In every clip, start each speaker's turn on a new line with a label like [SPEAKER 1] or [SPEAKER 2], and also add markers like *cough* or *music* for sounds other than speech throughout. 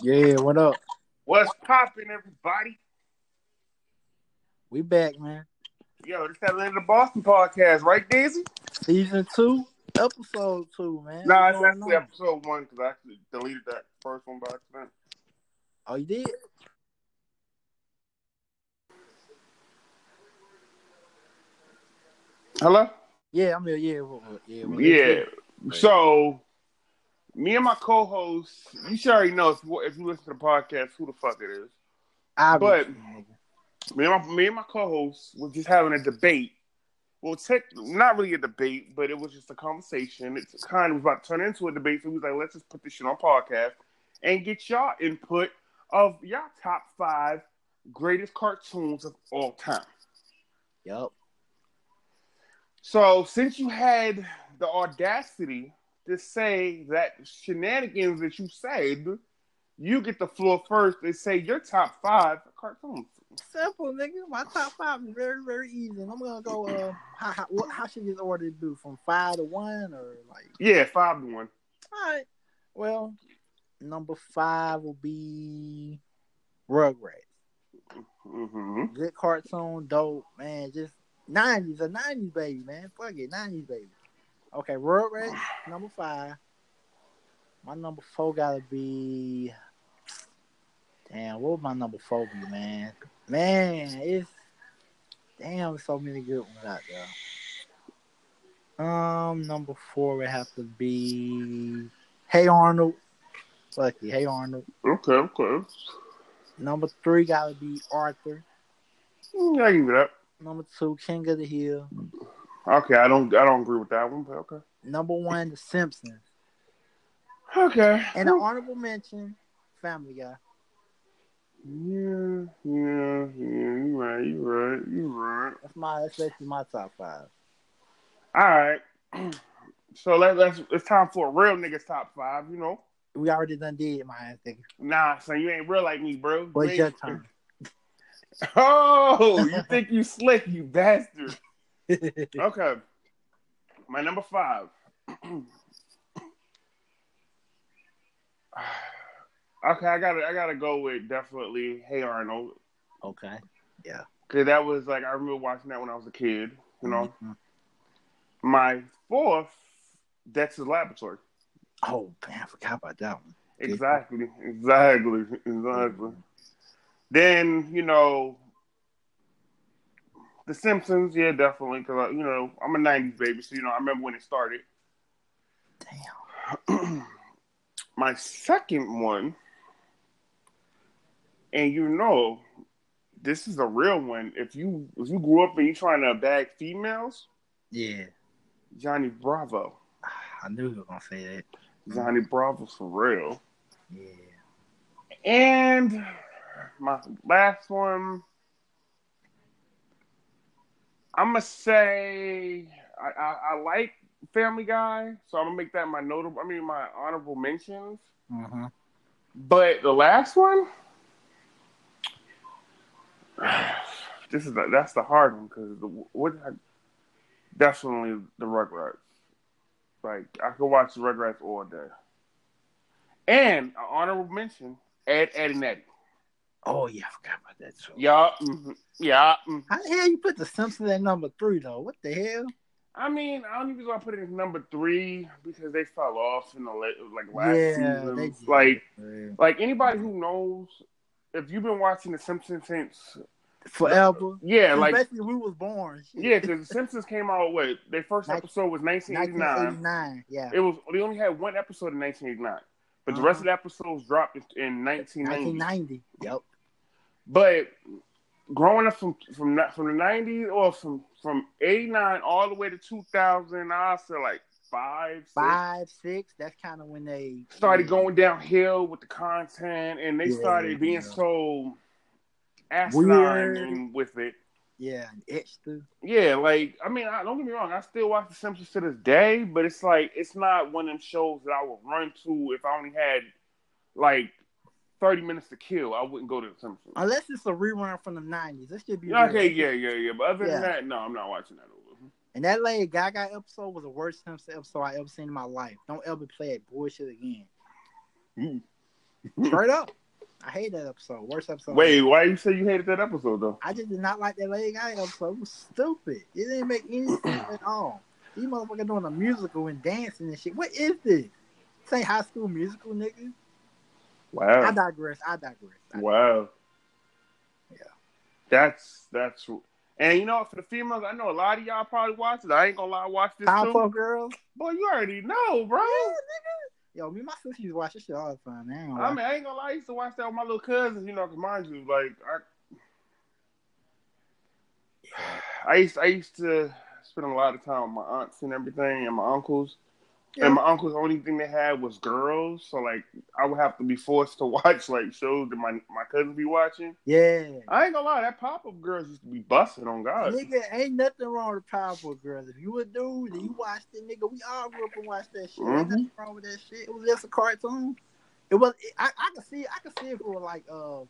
[SPEAKER 1] Yeah, what up?
[SPEAKER 2] What's poppin', everybody?
[SPEAKER 1] We back, man.
[SPEAKER 2] Yo, this that Little Boston podcast, right, Daisy?
[SPEAKER 1] Season two, episode two, man.
[SPEAKER 2] Nah,
[SPEAKER 1] What's
[SPEAKER 2] it's
[SPEAKER 1] going
[SPEAKER 2] actually
[SPEAKER 1] on?
[SPEAKER 2] episode one because I actually deleted that first one by accident.
[SPEAKER 1] Oh, you did?
[SPEAKER 2] Hello?
[SPEAKER 1] Yeah, I'm here. Yeah, what, what, yeah. what-
[SPEAKER 2] Yeah. So, me and my co host, you should already know if if you listen to the podcast who the fuck it is.
[SPEAKER 1] Obviously,
[SPEAKER 2] but-
[SPEAKER 1] nigga.
[SPEAKER 2] me and my, me and my co-host were just having a debate. Well, tech, not really a debate, but it was just a conversation. It's kind of about to turn into a debate. So we was like, let's just put this shit on podcast and get y'all input of y'all top five greatest cartoons of all time.
[SPEAKER 1] Yup.
[SPEAKER 2] So since you had the audacity to say that shenanigans that you said, you get the floor first and say your top five cartoons.
[SPEAKER 1] Simple, nigga. My top five is very, very easy. And I'm gonna go. Uh, how, how, what, how should this order do? From five to one, or like?
[SPEAKER 2] Yeah, five to one.
[SPEAKER 1] All right. Well, number five will be Rugrats.
[SPEAKER 2] hmm
[SPEAKER 1] Good cartoon, dope, man. Just nineties, a nineties baby, man. Fuck it, nineties baby. Okay, Rugrats number five. My number four gotta be. Damn, what would my number four be, man? Man, it's damn so many good ones out there. Um, number four would have to be Hey Arnold. Fuck it, Hey Arnold.
[SPEAKER 2] Okay, okay.
[SPEAKER 1] Number three gotta be Arthur.
[SPEAKER 2] Mm, I give it up.
[SPEAKER 1] Number two, King of the Hill.
[SPEAKER 2] Okay, I don't I don't agree with that one, but okay.
[SPEAKER 1] Number one, The Simpsons.
[SPEAKER 2] Okay.
[SPEAKER 1] And an honorable mention, Family Guy.
[SPEAKER 2] yeah, yeah, yeah. You right, you right, you right.
[SPEAKER 1] That's my that's basically my top five.
[SPEAKER 2] All right. *clears throat* So let, let's it's time for a real nigga's top five. You know,
[SPEAKER 1] We already done did my thing.
[SPEAKER 2] nah, son, you ain't real like me, bro.
[SPEAKER 1] But
[SPEAKER 2] You
[SPEAKER 1] it's your
[SPEAKER 2] ain't-
[SPEAKER 1] turn.
[SPEAKER 2] *laughs* Oh,
[SPEAKER 1] *laughs*
[SPEAKER 2] you think you slick, you bastard. *laughs* Okay. My number five. *clears throat* *sighs* okay, I gotta I gotta go with definitely Hey Arnold.
[SPEAKER 1] okay.
[SPEAKER 2] Cause that was like I remember watching that when I was a kid. You know,
[SPEAKER 1] Mhm.
[SPEAKER 2] my fourth Dexter's Laboratory.
[SPEAKER 1] Oh man, I forgot about that one.
[SPEAKER 2] Exactly, exactly, exactly.
[SPEAKER 1] Mm-hmm.
[SPEAKER 2] Then you know, The Simpsons. Yeah, definitely. Cause I, you know I'm a '90s baby, so you know I remember when it started.
[SPEAKER 1] Damn.
[SPEAKER 2] *clears throat* my second one, and you know, this is a real one. If you if you grew up and you trying to bag females,
[SPEAKER 1] Yeah. *sighs*
[SPEAKER 2] Johnny Bravo.
[SPEAKER 1] I knew you were gonna say that.
[SPEAKER 2] Johnny Bravo's for real.
[SPEAKER 1] Yeah.
[SPEAKER 2] And my last one, I'm gonna say I, I, I like Family Guy, so I'm gonna make that my notable. I mean, my honorable mentions.
[SPEAKER 1] hmm
[SPEAKER 2] But the last one, this is the, that's the hard one because the what I, definitely the Rugrats. Like I could watch the Rugrats all day. And an honorable mention, Ed, Ed and Eddie.
[SPEAKER 1] Oh yeah, I forgot about that too.
[SPEAKER 2] Yeah, mhm, yeah. mhm.
[SPEAKER 1] How the hell you put the Simpsons at number three though? What the hell?
[SPEAKER 2] I mean, I don't even want to put it as number three because they fell off in the la- like last season.
[SPEAKER 1] they did.
[SPEAKER 2] Like,
[SPEAKER 1] Yeah.
[SPEAKER 2] like anybody who knows, if you've been watching The Simpsons since,
[SPEAKER 1] forever.
[SPEAKER 2] yeah, like
[SPEAKER 1] basically we was born. Shit.
[SPEAKER 2] Yeah, because The Simpsons came out what their first
[SPEAKER 1] Nin-
[SPEAKER 2] episode was 1989.
[SPEAKER 1] 1989. Yeah.
[SPEAKER 2] It was they only had one episode in 1989, but the rest of the
[SPEAKER 1] Uh-huh.
[SPEAKER 2] episodes dropped in- in 1990.
[SPEAKER 1] 1990. Yep.
[SPEAKER 2] But growing up from from the- from the 90s or from from 89 all the way to 2000, I say like five, six,
[SPEAKER 1] five, six. That's kind of when they
[SPEAKER 2] started going downhill with the content, and they
[SPEAKER 1] Yeah,
[SPEAKER 2] started being
[SPEAKER 1] yeah.
[SPEAKER 2] so asinine
[SPEAKER 1] Weird.
[SPEAKER 2] and with it.
[SPEAKER 1] Yeah, and etched through.
[SPEAKER 2] Yeah, like I mean, I, don't get me wrong. I still watch The Simpsons to this day, but it's like it's not one of them shows that I would run to if I only had like thirty minutes to kill. I wouldn't go to The Simpsons.
[SPEAKER 1] Unless it's a rerun from the nineties, this should be
[SPEAKER 2] Yeah,
[SPEAKER 1] real.
[SPEAKER 2] okay, yeah, yeah, yeah. But other
[SPEAKER 1] Yeah.
[SPEAKER 2] than that, no, I'm not watching that over.
[SPEAKER 1] And that Lady Gaga episode was the worst Simpsons episode I ever seen in my life. Don't ever play that bullshit again.
[SPEAKER 2] Mm. *laughs*
[SPEAKER 1] Straight up. I hate that episode. Worst episode.
[SPEAKER 2] Wait, why you say you hated that episode though?
[SPEAKER 1] I just did not like that Lady Gaga episode. It was stupid. It didn't make
[SPEAKER 2] *clears throat*
[SPEAKER 1] any sense at all. These motherfuckers doing a musical and dancing and shit. What is this? This ain't high school musical, nigga. I
[SPEAKER 2] Wow,
[SPEAKER 1] digress. I digress. I-
[SPEAKER 2] wow.
[SPEAKER 1] Yeah.
[SPEAKER 2] That's that's. And you know, for the females, I know a lot of y'all probably watch it. I ain't gonna lie, I watch this too.
[SPEAKER 1] Powerpuff Girls.
[SPEAKER 2] Boy, you already know, bro.
[SPEAKER 1] Yeah, nigga. Yo, me and my sister used to watch this shit all the time. Man,
[SPEAKER 2] I mean, I ain't gonna lie. I used to watch that with my little cousins, you know, 'cause mind you, like I, I used, I used to spend a lot of time with my aunts and everything, and my uncles.
[SPEAKER 1] Yeah.
[SPEAKER 2] And my uncle's only thing they had was girls, so like I would have to be forced to *laughs* watch like shows that my my cousins be watching.
[SPEAKER 1] yeah.
[SPEAKER 2] I ain't gonna lie, that pop up girls used to be busting on God.
[SPEAKER 1] Nigga, ain't nothing wrong with Powerpuff Girls. If you a dude and you watched it, nigga, we all grew up and watched that shit.
[SPEAKER 2] Mm-hmm.
[SPEAKER 1] Ain't nothing wrong with that shit. It was just a cartoon. It was. It, I, I could see. I could see if it was like uh,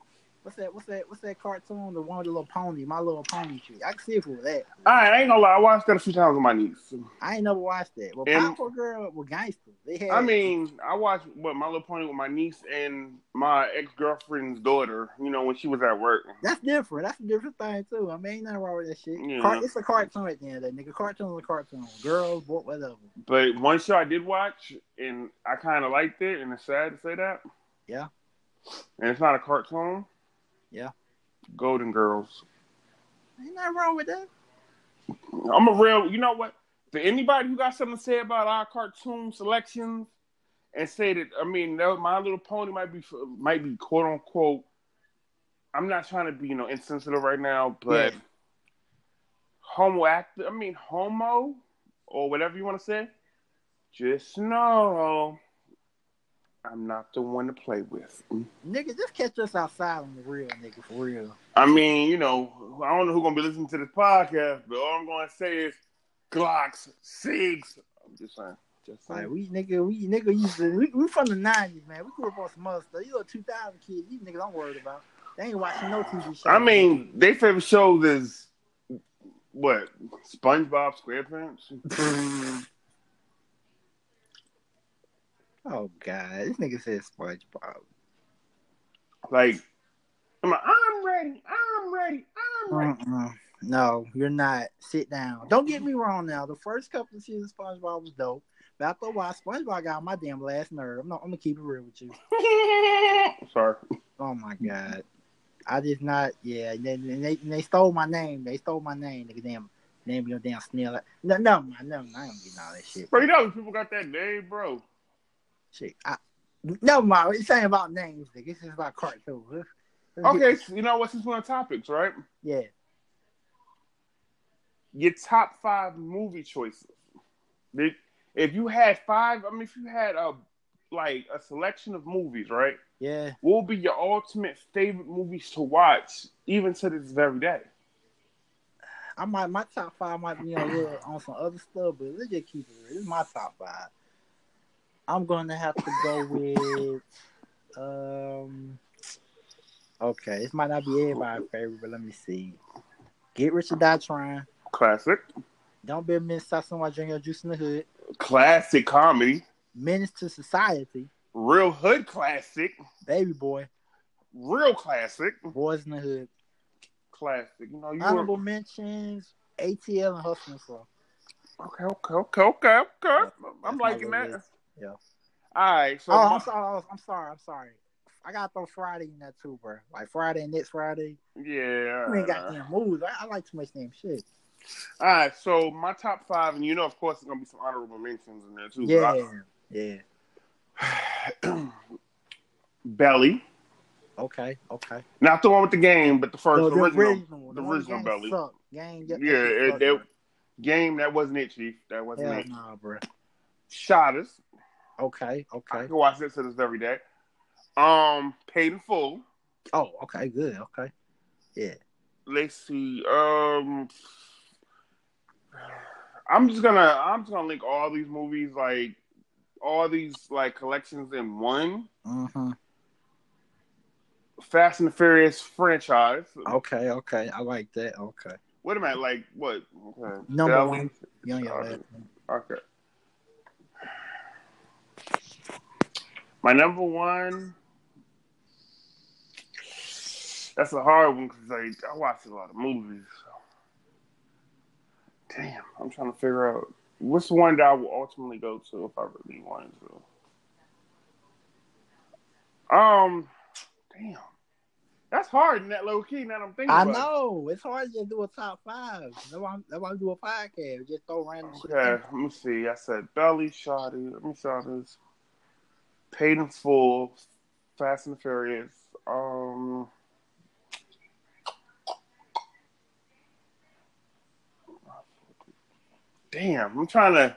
[SPEAKER 1] what's that? What's that? What's that cartoon? The one with the little pony, my little pony shit. I could see if it was that.
[SPEAKER 2] All right, I ain't gonna lie, I watched that a few times with my niece.
[SPEAKER 1] I ain't never watched that. But
[SPEAKER 2] And-
[SPEAKER 1] Powerpuff Girl were gangsters. They had.
[SPEAKER 2] I mean, I watched what My Little Pony with my niece and my ex girlfriend's daughter. You know, when she was at work.
[SPEAKER 1] That's different. That's a different thing too. I mean, ain't nothing wrong with that shit.
[SPEAKER 2] Yeah.
[SPEAKER 1] Car- it's a cartoon at the end of that, nigga. Cartoon's a cartoon. Girls, boy, whatever.
[SPEAKER 2] But one show I did watch, and I kind of liked it, and it's sad to say that.
[SPEAKER 1] Yeah.
[SPEAKER 2] And it's not a cartoon.
[SPEAKER 1] Yeah.
[SPEAKER 2] Golden Girls.
[SPEAKER 1] Ain't nothing wrong with that.
[SPEAKER 2] I'm a real. You know what? For anybody who got something to say about our cartoon selections, and say that I mean, no, My Little Pony might be might be quote unquote. I'm not trying to be you know insensitive right now, but
[SPEAKER 1] Yeah.
[SPEAKER 2] homo act. I mean, homo or whatever you want to say. Just know I'm not the one to play with.
[SPEAKER 1] Nigga, just catch us outside on the real, nigga, for real.
[SPEAKER 2] I mean, you know, I don't know who's gonna be listening to this podcast, but all I'm gonna say is Glocks, Sigs. I'm just saying. Just
[SPEAKER 1] Like
[SPEAKER 2] saying.
[SPEAKER 1] we nigga, we nigga used to we, we from the nineties, man. We grew up on some other stuff. You little two thousand kids, these niggas I'm worried about. They ain't watching no TV shows.
[SPEAKER 2] I mean, their favorite shows is what? SpongeBob SquarePants?
[SPEAKER 1] *laughs* oh god, this nigga said SpongeBob.
[SPEAKER 2] like I'm like, I'm ready, I'm ready, I'm ready.
[SPEAKER 1] Mm-mm. No, you're not. Sit down. Don't get me wrong. Now, the first couple of seasons of SpongeBob was dope, but after a while, SpongeBob got on my damn last nerve. I'm not. I'm gonna keep it real with you.
[SPEAKER 2] *laughs* Sorry.
[SPEAKER 1] Oh my god, I just not. Yeah, and they, and they, and they stole my name. They stole my name. Nigga, damn, name your damn snail. No, no, no, no. I ain't getting all that shit.
[SPEAKER 2] Bro, you know people got that name, bro.
[SPEAKER 1] Shit, I, never mind. It's ain't about names, nigga. It's just about cartoons. Let's- let's get-
[SPEAKER 2] Okay, so you know what? Since we're on topics, right?
[SPEAKER 1] yeah.
[SPEAKER 2] your top five movie choices. If- If you had five, I mean, if you had a like a selection of movies, right?
[SPEAKER 1] Yeah,
[SPEAKER 2] What would be your ultimate favorite movies to watch, even to this very day?
[SPEAKER 1] I might my top five might be on real, on some other stuff, but let's just keep it real. This is my top five. I'm gonna have to go with um Okay, this might not be everybody's favorite, but let me see. Get Rich or Die Trying.
[SPEAKER 2] Classic,
[SPEAKER 1] Don't be a menace to someone drinking your juice in the hood.
[SPEAKER 2] classic comedy,
[SPEAKER 1] Menace to society.
[SPEAKER 2] real hood classic,
[SPEAKER 1] Baby boy.
[SPEAKER 2] real classic,
[SPEAKER 1] Boys in the hood.
[SPEAKER 2] classic. You know, you
[SPEAKER 1] Honorable
[SPEAKER 2] were,
[SPEAKER 1] mentions. ATL and Hustling Slow.
[SPEAKER 2] okay, okay, okay, okay, okay.
[SPEAKER 1] That's
[SPEAKER 2] I'm
[SPEAKER 1] my
[SPEAKER 2] liking
[SPEAKER 1] little
[SPEAKER 2] that.
[SPEAKER 1] list. Yeah.
[SPEAKER 2] All right, so
[SPEAKER 1] Oh,
[SPEAKER 2] my-
[SPEAKER 1] I'm sorry. I'm sorry. I'm sorry. I gotta throw Friday in that too, bro. Like Friday and next Friday.
[SPEAKER 2] yeah,
[SPEAKER 1] You ain't got damn moves. I, I like too much damn shit.
[SPEAKER 2] all right. So my top five, and you know, of course, it's gonna be some honorable mentions in there too. but
[SPEAKER 1] Yeah,
[SPEAKER 2] I-
[SPEAKER 1] yeah.
[SPEAKER 2] *sighs* Belly.
[SPEAKER 1] Okay, okay.
[SPEAKER 2] Not the one with the game, but the first
[SPEAKER 1] The, the
[SPEAKER 2] original.
[SPEAKER 1] original,
[SPEAKER 2] the
[SPEAKER 1] one
[SPEAKER 2] original
[SPEAKER 1] game
[SPEAKER 2] Belly.
[SPEAKER 1] Suck. Game, yep,
[SPEAKER 2] Yeah, it-
[SPEAKER 1] suck,
[SPEAKER 2] that
[SPEAKER 1] bro.
[SPEAKER 2] game that wasn't it, Chief. That wasn't
[SPEAKER 1] Hell
[SPEAKER 2] it.
[SPEAKER 1] nah, bro.
[SPEAKER 2] Shotters.
[SPEAKER 1] Okay,
[SPEAKER 2] I
[SPEAKER 1] okay.
[SPEAKER 2] can watch this to this every day. Um, paid in full.
[SPEAKER 1] Oh, okay, good. Okay.
[SPEAKER 2] Let's see. Um, I'm just gonna I'm just gonna link all these movies like all these like collections in one
[SPEAKER 1] Mm-hmm.
[SPEAKER 2] Fast and the Furious franchise.
[SPEAKER 1] Okay, okay. I like that. Okay.
[SPEAKER 2] Wait a minute, like what? Okay.
[SPEAKER 1] Number
[SPEAKER 2] Belly.
[SPEAKER 1] one. You on your last one.
[SPEAKER 2] Okay. My number one That's a hard one because like, I watch a lot of movies. So. Damn, I'm trying to figure out what's the one that I will ultimately go to if I really wanted to. Um, damn, that's hard in that low key. Now I'm thinking.
[SPEAKER 1] I
[SPEAKER 2] about it.
[SPEAKER 1] know it's hard to do a top five. That's why I'm, that's why I'm doing a podcast. Just throw random shit.
[SPEAKER 2] Okay, let me see. I said belly shoddy. Let me see how this. Paid in full, Fast and Furious. Um, damn, I'm trying to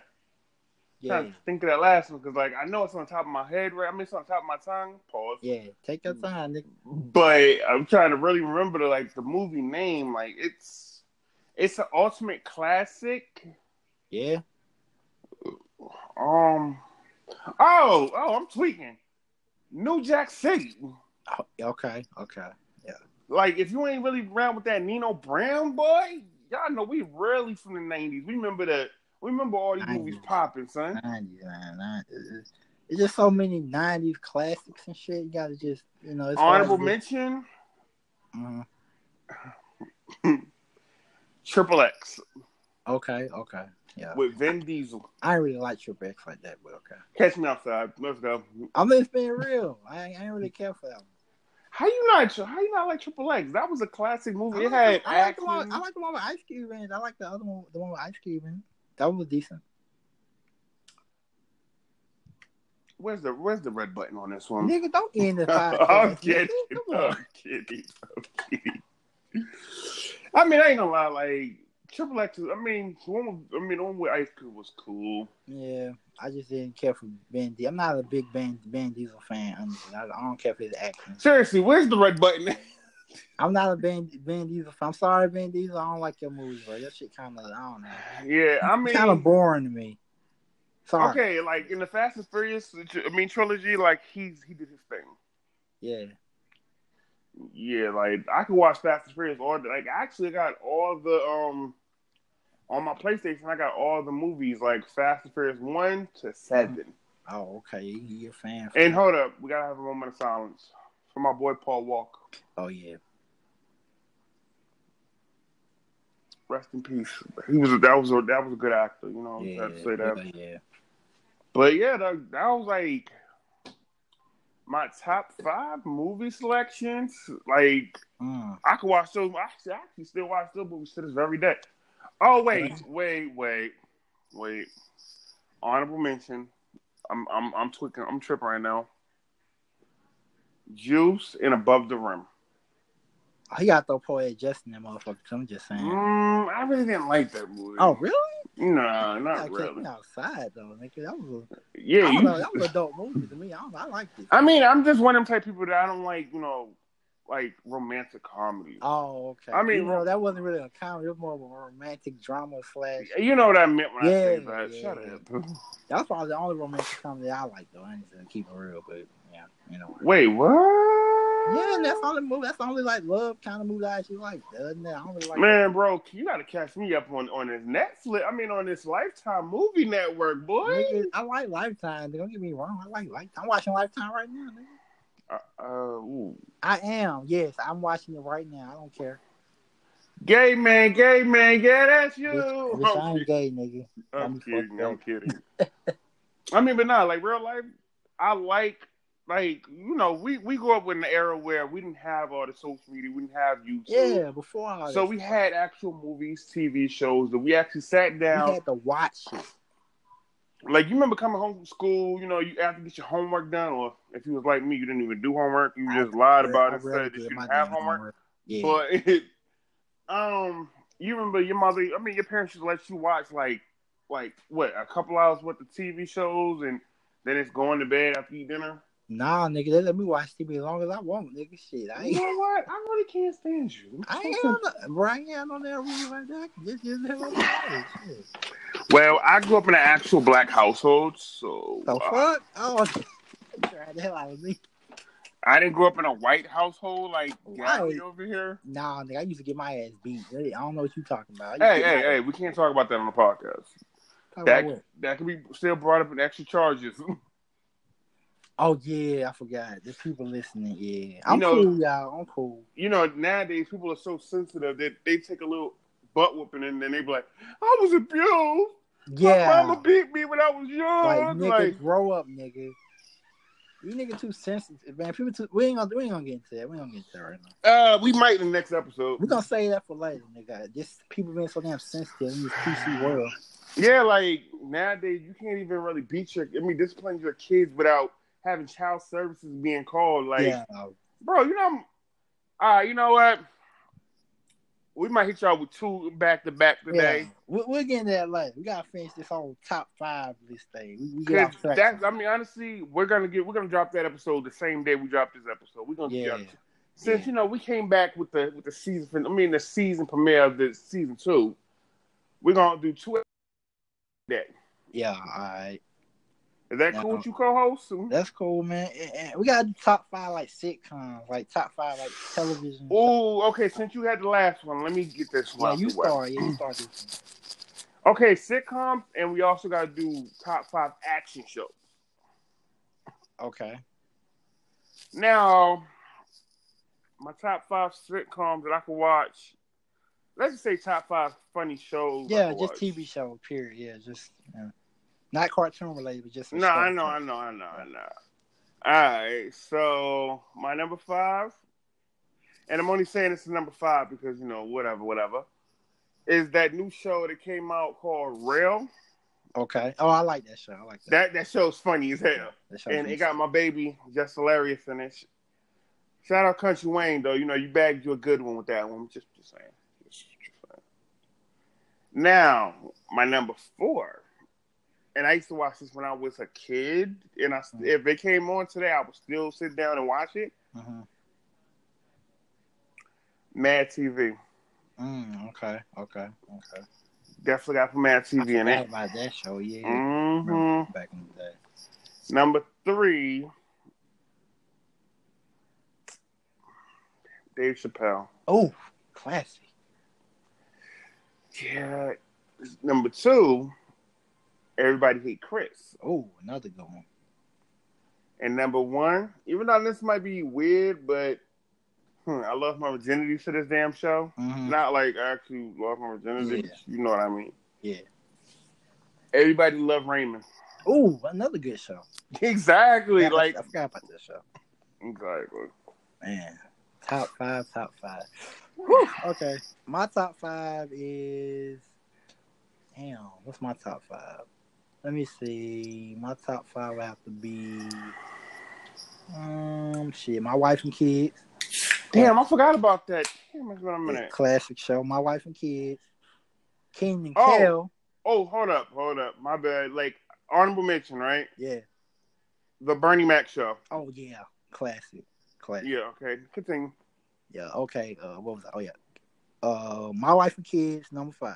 [SPEAKER 1] Yeah,
[SPEAKER 2] trying to think of that last one because like I know it's on top of my head, right? I mean, it's on top of my tongue. Pause.
[SPEAKER 1] yeah. Take your time. Nick.
[SPEAKER 2] But I'm trying to really remember the, like the movie name. Like it's it's an ultimate classic.
[SPEAKER 1] Yeah.
[SPEAKER 2] Um. Oh, oh, I'm tweaking. New Jack City.
[SPEAKER 1] Oh, Okay. Okay.
[SPEAKER 2] Like, if you ain't really around with that Nino Brown boy, y'all know we really from the '90s. We remember the, we remember all these movies
[SPEAKER 1] 90s.
[SPEAKER 2] popping, son.
[SPEAKER 1] Nineties, man. Nin- it's- It's just so many nineties classics and shit. You gotta just, you know, it's hard
[SPEAKER 2] Honorable
[SPEAKER 1] to-
[SPEAKER 2] mention,
[SPEAKER 1] Mhm.
[SPEAKER 2] Triple X
[SPEAKER 1] Okay. Okay. Yeah.
[SPEAKER 2] with Vin Diesel.
[SPEAKER 1] I ain't really like Triple X like that, but okay.
[SPEAKER 2] Catch me outside. Let's go.
[SPEAKER 1] I'm just being real. I, ain't- I ain't really care for that. One.
[SPEAKER 2] How you not? How you not like Triple X? That was a classic
[SPEAKER 1] I
[SPEAKER 2] movie.
[SPEAKER 1] like,
[SPEAKER 2] It had
[SPEAKER 1] the, I, like the one, I
[SPEAKER 2] action.
[SPEAKER 1] like the one with Ice Cube in. it. I like the other one, the one with Ice Cube in. it. That one was decent.
[SPEAKER 2] Where's the Where's the red button on this one?
[SPEAKER 1] Nigga, don't end the podcast.
[SPEAKER 2] *laughs* I'm
[SPEAKER 1] nigga.
[SPEAKER 2] kidding.
[SPEAKER 1] *laughs* Come
[SPEAKER 2] I'm
[SPEAKER 1] on.
[SPEAKER 2] kidding. I'm kidding. I mean, I ain't gonna lie. Like Triple X, is- I mean, the one. with- I mean, the one with Ice Cube was cool.
[SPEAKER 1] Yeah, I just didn't care for Ben. D- I'm not a big Ben Ben Diesel fan. Honestly. I, I don't care for his actions.
[SPEAKER 2] Seriously, where's the red button? *laughs*
[SPEAKER 1] I'm not a Ben Ben Diesel. fan. I'm sorry, Ben Diesel. I don't like your movies, bro. Your shit kind of I don't know.
[SPEAKER 2] yeah, I mean,
[SPEAKER 1] kind of boring to me. Sorry.
[SPEAKER 2] okay, like in the Fast and Furious, I mean trilogy, like he's he did his thing.
[SPEAKER 1] Yeah.
[SPEAKER 2] Yeah, like I could watch Fast and Furious all day. Like I actually got all the um on my PlayStation. I got all the movies like Fast and Furious one to seven.
[SPEAKER 1] Oh, okay. You- You're a fan.
[SPEAKER 2] And hold up, we gotta have a moment of silence for my boy Paul Walker.
[SPEAKER 1] oh yeah.
[SPEAKER 2] Rest in peace. He was a, that was a, that was a good actor, you know. I
[SPEAKER 1] Yeah.
[SPEAKER 2] have to say that.
[SPEAKER 1] yeah, yeah.
[SPEAKER 2] But yeah, that, that was like my top five movie selections. Like
[SPEAKER 1] Mm.
[SPEAKER 2] I could watch those. I actually, I actually still watch those movies to this very day. Oh wait, wait, wait, wait. Honorable mention. I'm I'm I'm tweaking. I'm tripping right now. Juice and above the rim.
[SPEAKER 1] Oh, He got to throw poetic Justin that motherfucker. I'm just saying.
[SPEAKER 2] Mm, I really didn't like that movie.
[SPEAKER 1] Oh really?
[SPEAKER 2] no,
[SPEAKER 1] I
[SPEAKER 2] not
[SPEAKER 1] kept me
[SPEAKER 2] really.
[SPEAKER 1] outside though, nigga. That was a, I
[SPEAKER 2] Yeah,
[SPEAKER 1] don't
[SPEAKER 2] you-
[SPEAKER 1] know. That was an adult movie to me. I don't, I liked it.
[SPEAKER 2] I mean, I'm just one of them type people that I don't like, you know, like romantic comedy.
[SPEAKER 1] Oh, okay.
[SPEAKER 2] I mean,
[SPEAKER 1] you know, that wasn't really a comedy. It was more of a romantic drama slash.
[SPEAKER 2] You know what I meant when I
[SPEAKER 1] Yeah,
[SPEAKER 2] said that.
[SPEAKER 1] yeah.
[SPEAKER 2] Shut up.
[SPEAKER 1] That's probably the only romantic comedy I like though. I ain't gonna keep it real, but yeah, you know.
[SPEAKER 2] Wait, what?
[SPEAKER 1] Yeah, and that's the only movie. That's the only like love kind of movie I actually like. Other than that, I don't really like.
[SPEAKER 2] Man, bro, you gotta catch me up on on this Netflix. I mean, on this Lifetime movie network, boy.
[SPEAKER 1] Nigga, I like Lifetime. Don't get me wrong. I like Lifetime. I'm watching Lifetime right now. Nigga.
[SPEAKER 2] Uh, uh, ooh.
[SPEAKER 1] I am. Yes, I'm watching it right now. I don't care.
[SPEAKER 2] gay man, gay man, yeah, that's you.
[SPEAKER 1] Bitch, bitch, I
[SPEAKER 2] *laughs* I'm
[SPEAKER 1] ain't gay, nigga.
[SPEAKER 2] I'm
[SPEAKER 1] I'm
[SPEAKER 2] kidding.
[SPEAKER 1] fucked
[SPEAKER 2] I'm
[SPEAKER 1] up.
[SPEAKER 2] kidding.
[SPEAKER 1] *laughs*
[SPEAKER 2] I mean, but nah, like real life, I like like you know we we grew up in an era where we didn't have all the social media, we didn't have YouTube.
[SPEAKER 1] Yeah, before all
[SPEAKER 2] So
[SPEAKER 1] this,
[SPEAKER 2] we had actual movies, TV shows that we actually sat down.
[SPEAKER 1] we had to watch it.
[SPEAKER 2] like you remember coming home from school, you know, you have to get your homework done, or if you was like me, you didn't even do homework, you just lied about it,
[SPEAKER 1] I rather
[SPEAKER 2] said that
[SPEAKER 1] did
[SPEAKER 2] you
[SPEAKER 1] my
[SPEAKER 2] didn't have
[SPEAKER 1] damn
[SPEAKER 2] homework.
[SPEAKER 1] Yeah,
[SPEAKER 2] But *laughs* um, you remember your mother? I mean, your parents should let you watch like like what a couple hours worth of TV shows, and then it's going to bed after you eat dinner.
[SPEAKER 1] nah, nigga, they let me watch TV as long as I want, nigga. Shit, I
[SPEAKER 2] You
[SPEAKER 1] ain't.
[SPEAKER 2] know what? I really can't stand you.
[SPEAKER 1] I ain't *laughs* on the, bro, I ain't on that rule like that. I can Just, just live on the shit.
[SPEAKER 2] Well, I grew up in an actual black household, so
[SPEAKER 1] The
[SPEAKER 2] uh,
[SPEAKER 1] fuck? Oh, *laughs* they tried the hell out of me.
[SPEAKER 2] I didn't grow up in a white household like Gabby
[SPEAKER 1] White?
[SPEAKER 2] over here.
[SPEAKER 1] Nah, nigga, I used to get my ass beat. I don't know what you talking about. I
[SPEAKER 2] Hey,
[SPEAKER 1] used to
[SPEAKER 2] hey,
[SPEAKER 1] get my-
[SPEAKER 2] hey! We can't talk about that on the podcast.
[SPEAKER 1] talking about
[SPEAKER 2] That
[SPEAKER 1] what?
[SPEAKER 2] *laughs* that could be still brought up in extra charges.
[SPEAKER 1] Oh yeah, I forgot. The people listening, yeah.
[SPEAKER 2] You
[SPEAKER 1] I'm
[SPEAKER 2] know-
[SPEAKER 1] cool, y'all. I'm cool.
[SPEAKER 2] You know, nowadays people are so sensitive that they take a little butt whooping and then they be like, "I was abused. My
[SPEAKER 1] Yeah.
[SPEAKER 2] mama beat me when I was
[SPEAKER 1] Like
[SPEAKER 2] young."
[SPEAKER 1] nigga,
[SPEAKER 2] Like,
[SPEAKER 1] grow up, nigga. You nigga too sensitive, man. People too we ain't gonna we ain't gonna get into that. We ain't gonna get into that right now.
[SPEAKER 2] uh, we might in the next episode.
[SPEAKER 1] We're gonna say that for later, nigga. Just people being so damn sensitive in this PC world.
[SPEAKER 2] Yeah, like nowadays you can't even really beat your. I mean, discipline your kids without having child services being called. Like,
[SPEAKER 1] yeah.
[SPEAKER 2] bro, you know, I'm, all right, you know what? We might hit y'all with two back to back
[SPEAKER 1] yeah.
[SPEAKER 2] today.
[SPEAKER 1] We, we're getting to that later. We gotta finish this whole top five list thing. We, we get
[SPEAKER 2] Cause
[SPEAKER 1] off track.
[SPEAKER 2] that's, I mean, honestly, we're gonna get, we're gonna drop that episode the same day we drop this episode. We're gonna
[SPEAKER 1] yeah.
[SPEAKER 2] drop since
[SPEAKER 1] Yeah.
[SPEAKER 2] you know we came back with the with the season. fin- I mean, the season premiere of the season two. We're gonna do two. That
[SPEAKER 1] Yeah, all right.
[SPEAKER 2] is that
[SPEAKER 1] Yeah.
[SPEAKER 2] cool with you, co-host?
[SPEAKER 1] That's cool, man. And, and we got to top five like sitcoms, like top five like television.
[SPEAKER 2] Oh, okay. Since you had the last one, let me get this
[SPEAKER 1] yeah,
[SPEAKER 2] one.
[SPEAKER 1] you
[SPEAKER 2] out the way.
[SPEAKER 1] start. Yeah, you start this
[SPEAKER 2] Okay, sitcoms, and we also got to do top five action shows.
[SPEAKER 1] one. Okay.
[SPEAKER 2] Now, my top five sitcoms that I can watch. Let's just say top five funny shows. I
[SPEAKER 1] Yeah,
[SPEAKER 2] could
[SPEAKER 1] just
[SPEAKER 2] watch.
[SPEAKER 1] TV show. Period. Yeah, just yeah. not cartoon related, but just a
[SPEAKER 2] No, I
[SPEAKER 1] show.
[SPEAKER 2] know, I know, I know, I know. All right, so my number five, and I'm only saying this is number five because you know whatever, whatever, is that new show that came out called Rail.
[SPEAKER 1] Okay. Oh, I like that show. I like that.
[SPEAKER 2] That that show's funny as hell.
[SPEAKER 1] that show
[SPEAKER 2] and it got my baby just hilarious in it. Shout out Country Wayne though, you know you bagged you a good one with that one. Just, just saying. Just, just saying. Now my number four, and I used to watch this when I was a kid, and I st- if it came on today, I would still sit down and watch it.
[SPEAKER 1] Mhm.
[SPEAKER 2] Mad TV,
[SPEAKER 1] Mm, okay. Okay. Okay.
[SPEAKER 2] definitely got Mad TV
[SPEAKER 1] Forgot
[SPEAKER 2] in it.
[SPEAKER 1] about that show. Yeah.
[SPEAKER 2] hmm
[SPEAKER 1] Back in the day.
[SPEAKER 2] Number three, Dave Chappelle.
[SPEAKER 1] Oh, classic.
[SPEAKER 2] Yeah. Number two, everybody hate Chris.
[SPEAKER 1] Oh, another good one.
[SPEAKER 2] And number one, even though this might be weird, but hmm, I love my virginity to this damn show.
[SPEAKER 1] Mhm.
[SPEAKER 2] Not like I actually love my virginity.
[SPEAKER 1] Yeah.
[SPEAKER 2] You know what I mean?
[SPEAKER 1] Yeah.
[SPEAKER 2] Everybody love Raymond. *laughs*
[SPEAKER 1] Oh, another good show.
[SPEAKER 2] Exactly.
[SPEAKER 1] Yeah, I-
[SPEAKER 2] like
[SPEAKER 1] I forgot about that show.
[SPEAKER 2] exactly.
[SPEAKER 1] Man, top five, top five. Whew, okay, my top five is damn. What's my top five? Let me see. My top five would have to be um shit. My wife and kids.
[SPEAKER 2] Damn, I forgot about that. Damn, that's what I'm gonna.
[SPEAKER 1] Classic show. My wife and kids. King and
[SPEAKER 2] Oh.
[SPEAKER 1] Kel.
[SPEAKER 2] Oh, hold up, hold up. My bad. Like honorable mention, right?
[SPEAKER 1] Yeah.
[SPEAKER 2] The Bernie Mac show.
[SPEAKER 1] Oh yeah. Classic. Classic. Yeah.
[SPEAKER 2] Yeah. Okay. Continue.
[SPEAKER 1] okay. Uh, what was? I? Oh yeah. Uh, my wife and kids. Number five.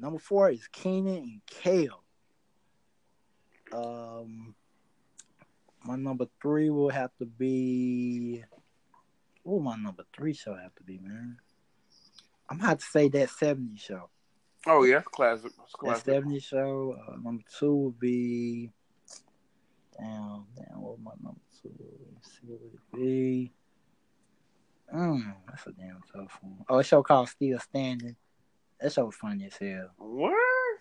[SPEAKER 1] Number four is Keenan and Kale. Um, my number three will have to be. What would my number three show have to be, man? I'm gonna have to say that 70s show.
[SPEAKER 2] Oh yeah, classic. It's
[SPEAKER 1] That
[SPEAKER 2] classic.
[SPEAKER 1] 70s show. Uh, number two would be. Damn, damn, what would my number two? Let's see what would it be. Mm, that's a damn tough one. Oh, a show called Still Standing. That show was funny as hell.
[SPEAKER 2] What?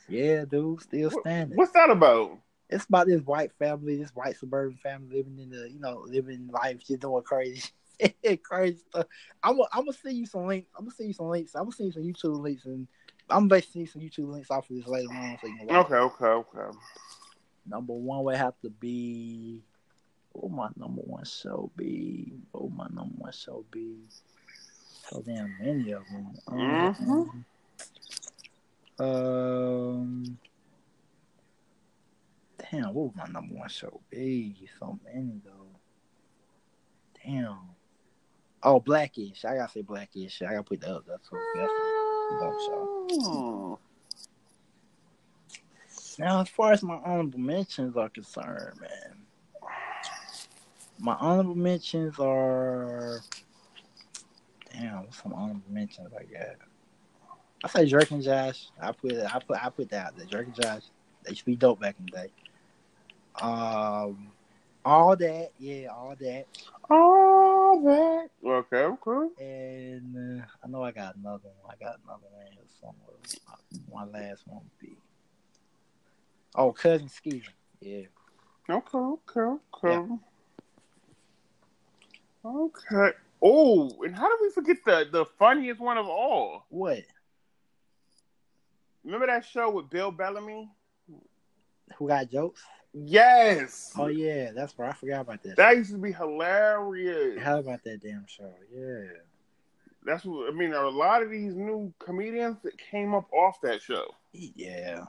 [SPEAKER 1] Yeah, dude, still
[SPEAKER 2] What-
[SPEAKER 1] standing.
[SPEAKER 2] What's that about?
[SPEAKER 1] It's about this white family, this white suburban family living in the, you know, living life, just doing crazy, *laughs* shit, crazy stuff. I'm gonna I'm gonna send you some links. I'm gonna send you some links. I'm gonna send you some YouTube links, and I'm gonna send you some YouTube links off of this later on. So you can watch.
[SPEAKER 2] Okay, okay, okay.
[SPEAKER 1] Number one would have to be. What would my number one show be? What would my number one show be? So damn many of them. Um, um, damn, what would my number one show be? So many though. Damn. Oh, Blackish. I gotta say Blackish. I gotta put the up. That's what. That's dope
[SPEAKER 2] Mm.
[SPEAKER 1] Now, as far as my honorable mentions are concerned, man, my honorable mentions are. Damn, what's some honorable mentions I got? I say Jerk and Josh. I put it. I put. I put that out there. Jerk and Josh. They used to be dope back in the day. Um, all that, yeah, all that.
[SPEAKER 2] All that. Okay, okay.
[SPEAKER 1] And uh, I know I got another one. I got another one here somewhere. My, my last one would be. Oh, cousin Skeeter. Yeah.
[SPEAKER 2] Okay, okay, okay. Okay. Oh, and how did we forget the, the funniest one of all?
[SPEAKER 1] What?
[SPEAKER 2] Remember that show with Bill Bellamy?
[SPEAKER 1] Who got jokes?
[SPEAKER 2] Yes.
[SPEAKER 1] Oh yeah, that's right. I forgot about that.
[SPEAKER 2] That used to be hilarious.
[SPEAKER 1] How about that damn show? Yeah.
[SPEAKER 2] That's what I mean. A lot of these new comedians that came up off that show.
[SPEAKER 1] Yeah.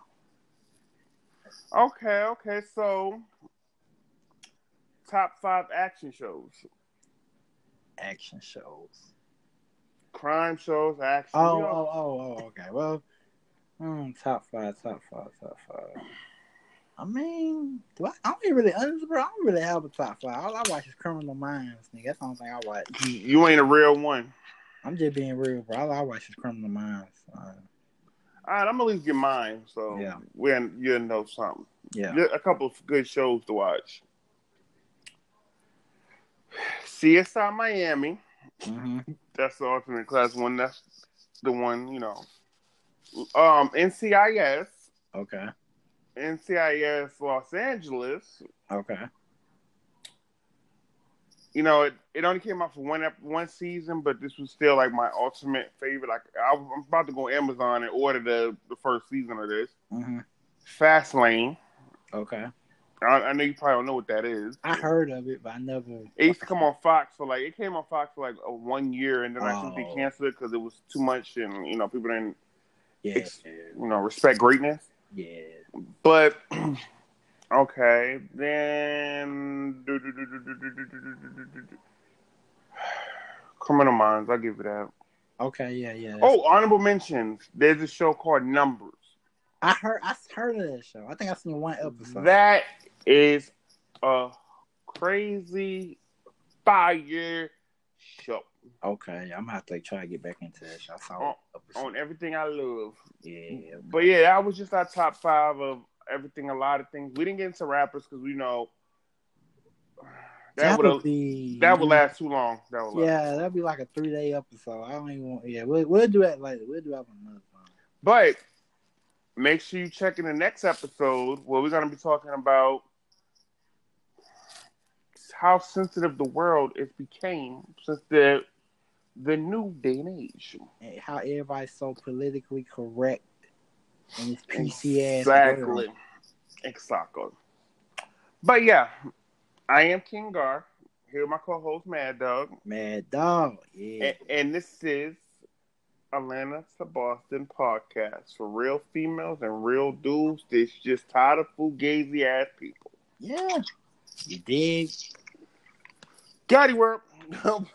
[SPEAKER 2] Okay, okay. So, top five action shows,
[SPEAKER 1] Action shows.
[SPEAKER 2] crime shows, action.
[SPEAKER 1] Oh,
[SPEAKER 2] you know,
[SPEAKER 1] oh, oh, oh, okay. Well, mm, top five, top five, top five. I mean, do I, I don't even really, honestly, bro, I don't really have a top five. All I watch is Criminal Minds, nigga. That's the only thing I watch.
[SPEAKER 2] you- you ain't a real one.
[SPEAKER 1] I'm just being real, bro. All I watch is Criminal Minds. Uh,
[SPEAKER 2] All right, I'm gonna leave you mine. So
[SPEAKER 1] Yeah.
[SPEAKER 2] when you know something,
[SPEAKER 1] yeah.
[SPEAKER 2] There- a couple of good shows to watch. CSI Miami.
[SPEAKER 1] hmm
[SPEAKER 2] That's the ultimate class one. That's the one you know. Um, NCIS,
[SPEAKER 1] Okay.
[SPEAKER 2] NCIS Los Angeles.
[SPEAKER 1] Okay.
[SPEAKER 2] you know, it, it only came out for one ep- one season, but this was still like my ultimate favorite. Like I, I'm about to go on Amazon and order the the first season of this
[SPEAKER 1] hmm
[SPEAKER 2] Fastlane.
[SPEAKER 1] Okay.
[SPEAKER 2] I, I know you probably don't know what that is.
[SPEAKER 1] I heard of it, but I never.
[SPEAKER 2] It used to come on Fox for like it came on Fox for like a one year, and then I think they
[SPEAKER 1] Oh.
[SPEAKER 2] canceled it because it was too much, and you know people didn't
[SPEAKER 1] Yeah.
[SPEAKER 2] you know respect greatness.
[SPEAKER 1] Yeah.
[SPEAKER 2] But *clears throat* okay, then do, do, do, do, do, do, do, do, do, do, do, do. *sighs* Criminal Minds, I'll give it that.
[SPEAKER 1] Okay. Yeah. Yeah.
[SPEAKER 2] Oh, honorable mentions. There's a show called Numbers.
[SPEAKER 1] I heard. I heard of that show. I think I seen one episode.
[SPEAKER 2] That is a crazy fire show
[SPEAKER 1] Okay, I'm gonna have to try to get back into that. show. I saw
[SPEAKER 2] On-
[SPEAKER 1] it.
[SPEAKER 2] on everything I love.
[SPEAKER 1] yeah,
[SPEAKER 2] But yeah, that was just our top five of everything. A lot of things. We didn't get into rappers because we know that would
[SPEAKER 1] be
[SPEAKER 2] that would last too long. That would last.
[SPEAKER 1] Yeah, that'd be like a three day episode. I don't even want. Yeah, we'll we'll do that later. We'll do that one another time.
[SPEAKER 2] But make sure you check in the next episode where we're going to be talking about how sensitive the world it became since the the new day and age.
[SPEAKER 1] And how everybody's so politically correct in this PC ass
[SPEAKER 2] exactly. Exactly. But yeah, I am King Gar. Here with my co-host Mad Dog,
[SPEAKER 1] Mad dog. Yeah,
[SPEAKER 2] and, and this is Atlanta to Boston podcast for real females and real dudes. That's just tired of fugazi ass people.
[SPEAKER 1] yeah. You dig? *laughs*
[SPEAKER 2] Gotti work.
[SPEAKER 1] All